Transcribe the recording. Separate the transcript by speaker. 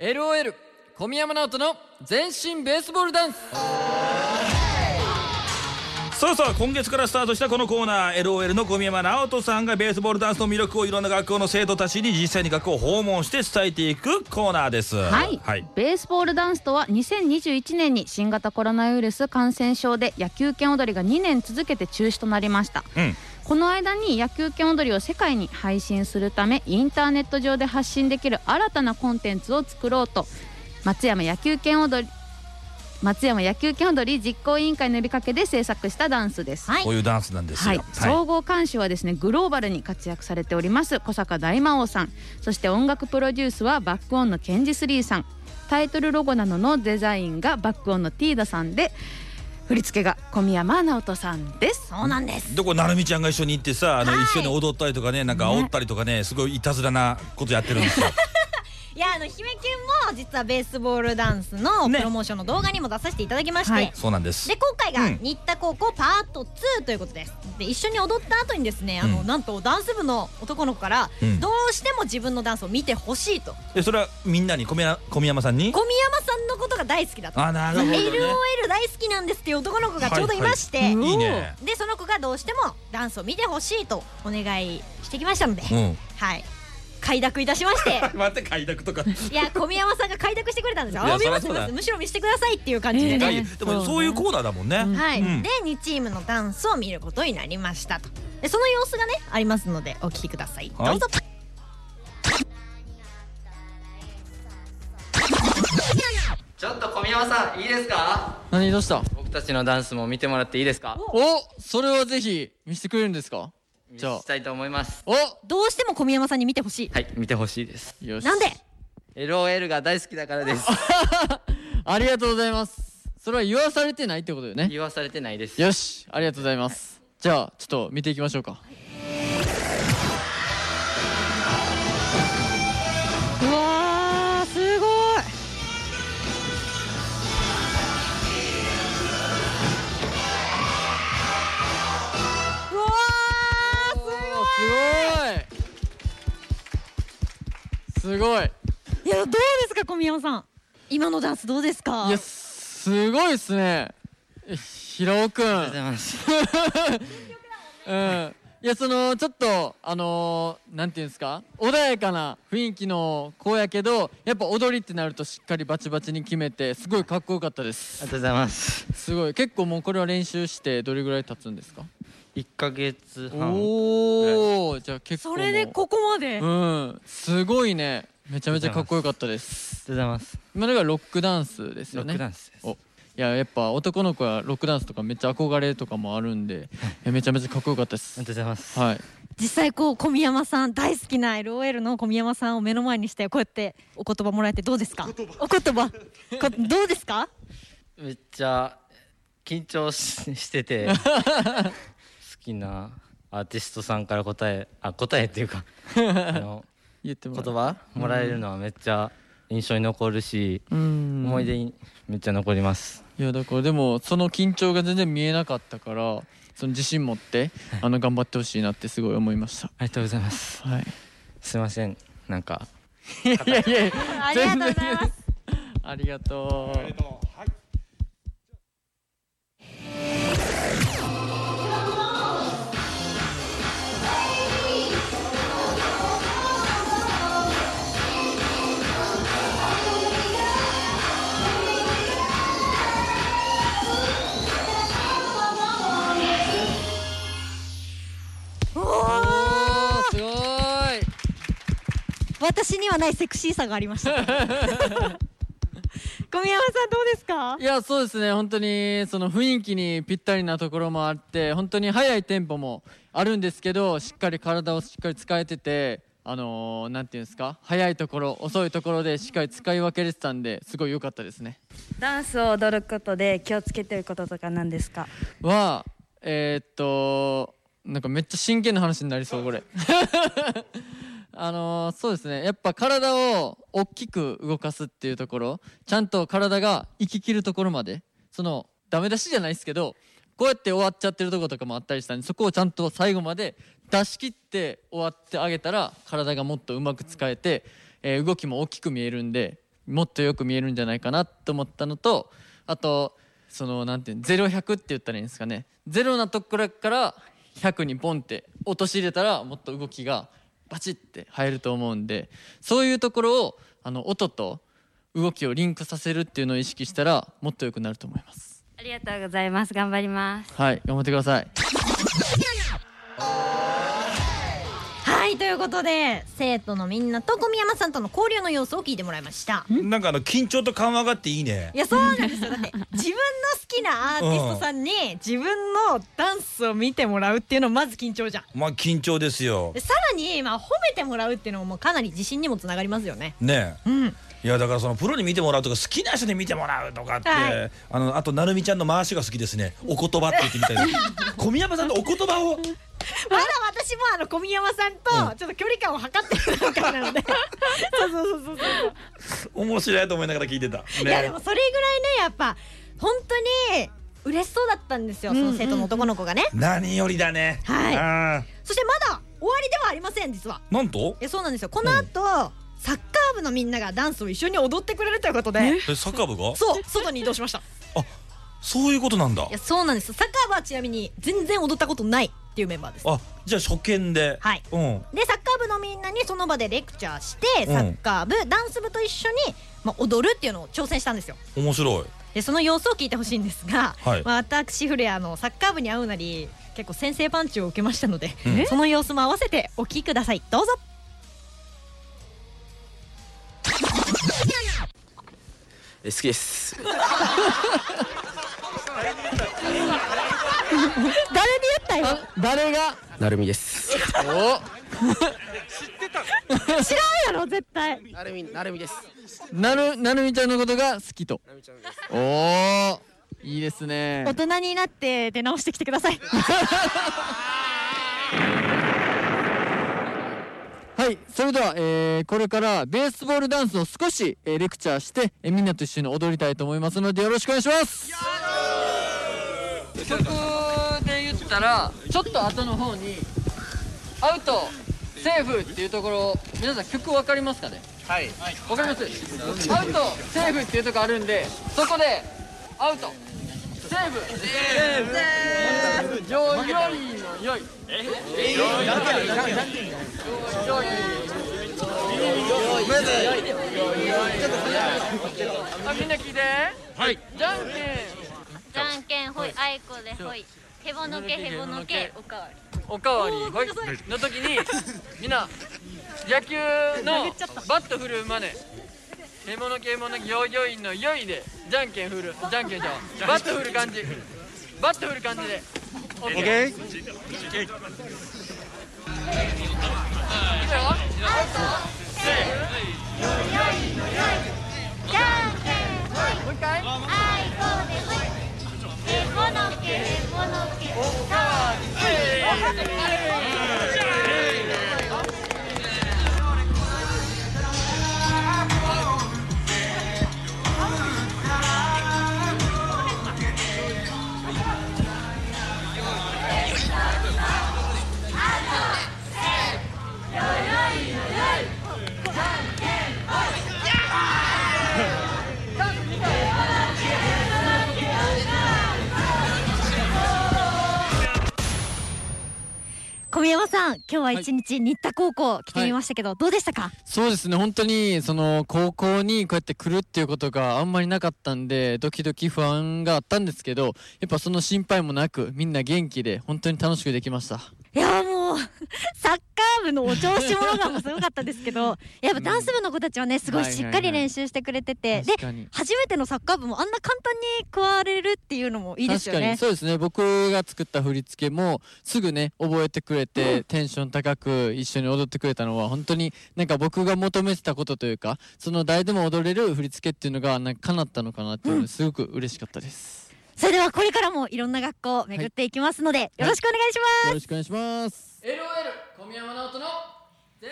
Speaker 1: LOL 小宮山直人の全身ベースボールダンス
Speaker 2: さあさあ今月からスタートしたこのコーナー LOL の小宮山直人さんがベースボールダンスの魅力をいろんな学校の生徒たちに実際に学校を訪問して伝えていくコーナーです
Speaker 3: はい、
Speaker 2: はい、
Speaker 3: ベースボールダンスとは2021年に新型コロナウイルス感染症で野球拳踊りが2年続けて中止となりました
Speaker 2: うん、
Speaker 3: この間に野球拳踊りを世界に配信するためインターネット上で発信できる新たなコンテンツを作ろうと松山野球拳踊り松山野球拳踊り実行委員会の呼びかけで制作したダンスです。
Speaker 2: こういうダンスなんです
Speaker 3: はい
Speaker 2: よ、、
Speaker 3: 総合監修はですねグローバルに活躍されております小坂大魔王さんそして音楽プロデュースはバックオンのケンジスリーさんタイトルロゴなどのデザインがバックオンのティーダさんで振り付けが小宮山直人さんです
Speaker 4: そうなんです。
Speaker 2: どこなるみちゃんが一緒に行ってさあの、
Speaker 4: はい
Speaker 2: 一緒に踊ったりとかねなんか煽ったりとかねすごいいたずらなことやってるん ですよ
Speaker 4: いやあの姫県も実はベースボールダンスの
Speaker 2: ね
Speaker 4: プロモーションの動画にも出させていただきまして、
Speaker 3: はい
Speaker 2: そうなんです
Speaker 4: で今回が
Speaker 2: うん
Speaker 4: 新田高校パート2ということです。で一緒に踊った後にですねあの、
Speaker 2: うん
Speaker 4: なんとダンス部の男の子から、
Speaker 2: うん
Speaker 4: どうしても自分のダンスを見てほしいと
Speaker 2: でそれはみんなに小宮小宮山さんに
Speaker 4: 小宮山さんのことが大好きだと。
Speaker 2: あなるほど、ね、
Speaker 4: LOL 大好きなんですっていう男の子がちょうどいまして、
Speaker 2: いいね
Speaker 4: でその子がどうしてもダンスを見てほしいとお願いしてきましたので、
Speaker 2: うん
Speaker 4: はい快諾いたしま して
Speaker 2: 待って快 諾とか
Speaker 4: いや小宮山さんが快諾してくれたんですよ
Speaker 2: いや
Speaker 4: あ見ま
Speaker 2: そ
Speaker 4: す
Speaker 2: りゃそうだ
Speaker 4: 見ますむしろ見せてくださいっていう感じで、
Speaker 3: え
Speaker 2: い
Speaker 3: ね
Speaker 2: やでもそういうコーナーだもんね、
Speaker 4: はい、
Speaker 2: うん
Speaker 4: で2チームのダンスを見ることになりましたとでその様子がねありますのでお聞きくださいどうぞ、
Speaker 2: はい
Speaker 5: ちょっと小宮山さんいいですか
Speaker 1: 何どうした
Speaker 5: 僕たちのダンスも見てもらっていいですか
Speaker 1: おそれはぜひ見せてくれるんですか
Speaker 5: 見
Speaker 1: じゃあ
Speaker 5: したいと思います
Speaker 1: お
Speaker 4: どうしても小宮山さんに見てほしい、
Speaker 5: はい見てほしいです
Speaker 1: よし
Speaker 4: なんで
Speaker 5: LOL が大好きだからです
Speaker 1: ありがとうございますそれは言わされてないってことよね
Speaker 5: 言わされてないです
Speaker 1: よしありがとうございますじゃあちょっと見ていきましょうか
Speaker 4: うわーすごいわー
Speaker 1: おーすごいすごい
Speaker 4: いやどうですか小宮山さん今のダンスどうですか
Speaker 1: いやすごいっすね平尾くん
Speaker 5: ありがとうございます
Speaker 1: うんいやそのちょっとあのー、なんていうんですか穏やかな雰囲気の子やけどやっぱ踊りってなるとしっかりバチバチに決めてすごいかっこよかったで
Speaker 5: ありが
Speaker 1: す
Speaker 5: とうございます
Speaker 1: すごい結構もうこれは練習してどれぐらい経つんですか
Speaker 5: 1ヶ月半
Speaker 1: おおじゃあ結構も
Speaker 4: そうれでここまで、
Speaker 1: うんすごいねめちゃめちゃかっこよかったです
Speaker 5: ありがとうございます
Speaker 1: 今のがロックダンスです
Speaker 5: ロ
Speaker 1: よ
Speaker 5: ッ
Speaker 1: ね
Speaker 5: クダンスです
Speaker 1: おいややっぱ男の子はロックダンスとかめっちゃ憧れとかもある んでいやめちゃめちゃかっこよかったで
Speaker 5: あ
Speaker 1: す
Speaker 5: りがとうございます
Speaker 1: はい
Speaker 4: 実際こう小宮山さん大好きな LOL の小宮山さんを目の前にしてこうやってお言葉もらえてどうですかお言葉こどうですか
Speaker 5: めっちゃ緊張しして て好きなアーティストさんから答えあ答えって いうかあの
Speaker 1: 言っても
Speaker 5: 言
Speaker 1: らう
Speaker 5: 葉もらえるのはめっちゃ印象に残るし、
Speaker 1: うん
Speaker 5: 思い出にめっちゃ残ります、
Speaker 1: いやだからでもその緊張が全然見えなかったからその自信持ってあの頑張ってほしいなってすごい思いました
Speaker 5: ありがとうございます
Speaker 1: はい
Speaker 5: すいませんなんか
Speaker 1: いやいやいや
Speaker 4: ありがとうございます
Speaker 1: ありがとうおーすごい
Speaker 4: 私にはないセクシーさがありま した小宮山さんどうですか
Speaker 1: いやそうですね本当にその雰囲気にぴったりなところもあって本当に速いテンポもあるんですけどしっかり体をしっかり使えててあのー、なんていうんですか速いところ遅いところでしっかり使い分けれてたんですごい良かったですね
Speaker 6: ダンスを踊ることで気をつけてることとか何ですか
Speaker 1: はえー、っとなんかめっちゃ真剣な話になりそうこれあのー、そうですねやっぱ体を大きく動かすっていうところちゃんと体が行ききるところまでそのダメ出しじゃないですけどこうやって終わっちゃってるところとかもあったりしたんでそこをちゃんと最後まで出し切って終わってあげたら体がもっとうまく使えて、えー動きも大きく見えるんでもっとよく見えるんじゃないかなと思ったのとあとそのなんていうの0100って言ったらいいんですかねゼロなところから100にボンって落とし入れたらもっと動きがバチッて入ると思うんでそういうところをあの音と動きをリンクさせるっていうのを意識したらもっと良くなると思います
Speaker 6: ありがとうございます。頑張ります。
Speaker 1: はい頑張ってください
Speaker 4: はいということで生徒のみんなと小宮山さんとの交流の様子を聞いてもらいました
Speaker 2: なんかあの緊張と緩和があっていいね
Speaker 4: いやそうなんですよだって自分の好きなアーティストさんに自分のダンスを見てもらうっていうのまず緊張じゃん
Speaker 2: まあ緊張ですよ
Speaker 4: でさらに、まあ、褒めてもらうっていうのももうかなり自信にもつながりますよね
Speaker 2: ねえ
Speaker 4: うん
Speaker 2: いやだからそのプロに見てもらうとか好きな人に見てもらうとかって、
Speaker 4: はい
Speaker 2: あのあとなるみちゃんの回しが好きですねお言葉って言ってみたいです 小宮山さんのお言葉を
Speaker 4: まだ私もあの小宮山さんとちょっと距離感を測ってる段階なのでそうそうそうそうそう
Speaker 2: 面白いと思いながら聞いてた、ね
Speaker 7: いやでもそれぐらいねやっぱ本当に嬉しそうだったんですよ、その生徒の男の子がね
Speaker 2: 何よりだね
Speaker 7: はい
Speaker 2: ああ
Speaker 7: そしてまだ終わりではありません実は
Speaker 2: なんと
Speaker 7: えそうなんですよこの後、サッカー部のみんながダンスを一緒に踊ってくれるということで、
Speaker 2: えサッカー部が
Speaker 7: そう外に移動しま したい
Speaker 2: そういうことなんだ
Speaker 7: やそうなんですサッカー部はちなみに全然踊ったことないっていうメンバーです
Speaker 2: あじゃあ初見で
Speaker 7: はい
Speaker 2: うん
Speaker 7: でサッカー部のみんなにその場でレクチャーして
Speaker 2: うん
Speaker 7: サッカー部、ダンス部と一緒に、まあ、踊るっていうのを挑戦したんですよ
Speaker 2: 面白い
Speaker 7: でその様子を聞いてほしいんですが、
Speaker 2: はい
Speaker 7: まあ、私フレアのサッカー部に会うなり結構先生パンチを受けましたので、
Speaker 2: う ん
Speaker 7: その様子も合わせてお聞きくださいどうぞ
Speaker 8: え好きです
Speaker 1: あ誰が
Speaker 8: なるみですなるみなるみです
Speaker 1: おなるなるみちゃんのことが好きと
Speaker 8: なるみちゃんです
Speaker 1: おおいいですね
Speaker 4: 大人になって出直してきてくださ い
Speaker 1: はいそれでは、えーこれからベースボールダンスを少し、えーレクチャーして、えーみんなと一緒に踊りたいと思いますのでよろしくお願いします曲で言ったらちょっと後の方にアウトセーフっていうところ皆さん曲分かりますかねはい分かりますアウトセーフっていうとこあるんでそこでアウトセーフセーフよよいのよいあみんな聞いてはいじゃんけ
Speaker 9: じゃんけんほい、あいこでほい。へぼのけへぼのけ、おかわり。
Speaker 1: んおかわりほいの時にみんな野球のバット振る真似獲物系物行業員のよいでじゃんけん振るじゃんけんじゃんバット振る感じバット振る感じでオッケーいくよ
Speaker 9: じゃんけんほい。もう一回。あいこでほい。へぼのけへぼのけ、おかわり。
Speaker 4: 小宮山さん今日は一日新田高校来てみましたけど、どうでしたか
Speaker 1: そうですね本当にその高校にこうやって来るっていうことがあんまりなかったんでドキドキ不安があったんですけどやっぱその心配もなくみんな元気で本当に楽しくできました
Speaker 4: いやもうサッカー部のお調子者がもすごかったです けどやっぱダンス部の子たちはねすごいしっかり練習してくれてて、
Speaker 1: 確かに
Speaker 4: で初めてのサッカー部もあんな簡単に加われるっていうのもいいですよ
Speaker 1: 確か
Speaker 4: ね
Speaker 1: にそうですね僕が作った振り付けもすぐね覚えてくれて、テンション高く一緒に踊ってくれたのは本当になんか僕が求めてたことというかその誰でも踊れる振り付けっていうのがなんか叶ったのかなっていうのですごく嬉しかったです、
Speaker 4: それではこれからもいろんな学校を巡っていきますので、よろしくお願いします、
Speaker 1: よろしくお願いします LOL 小宮山直人の全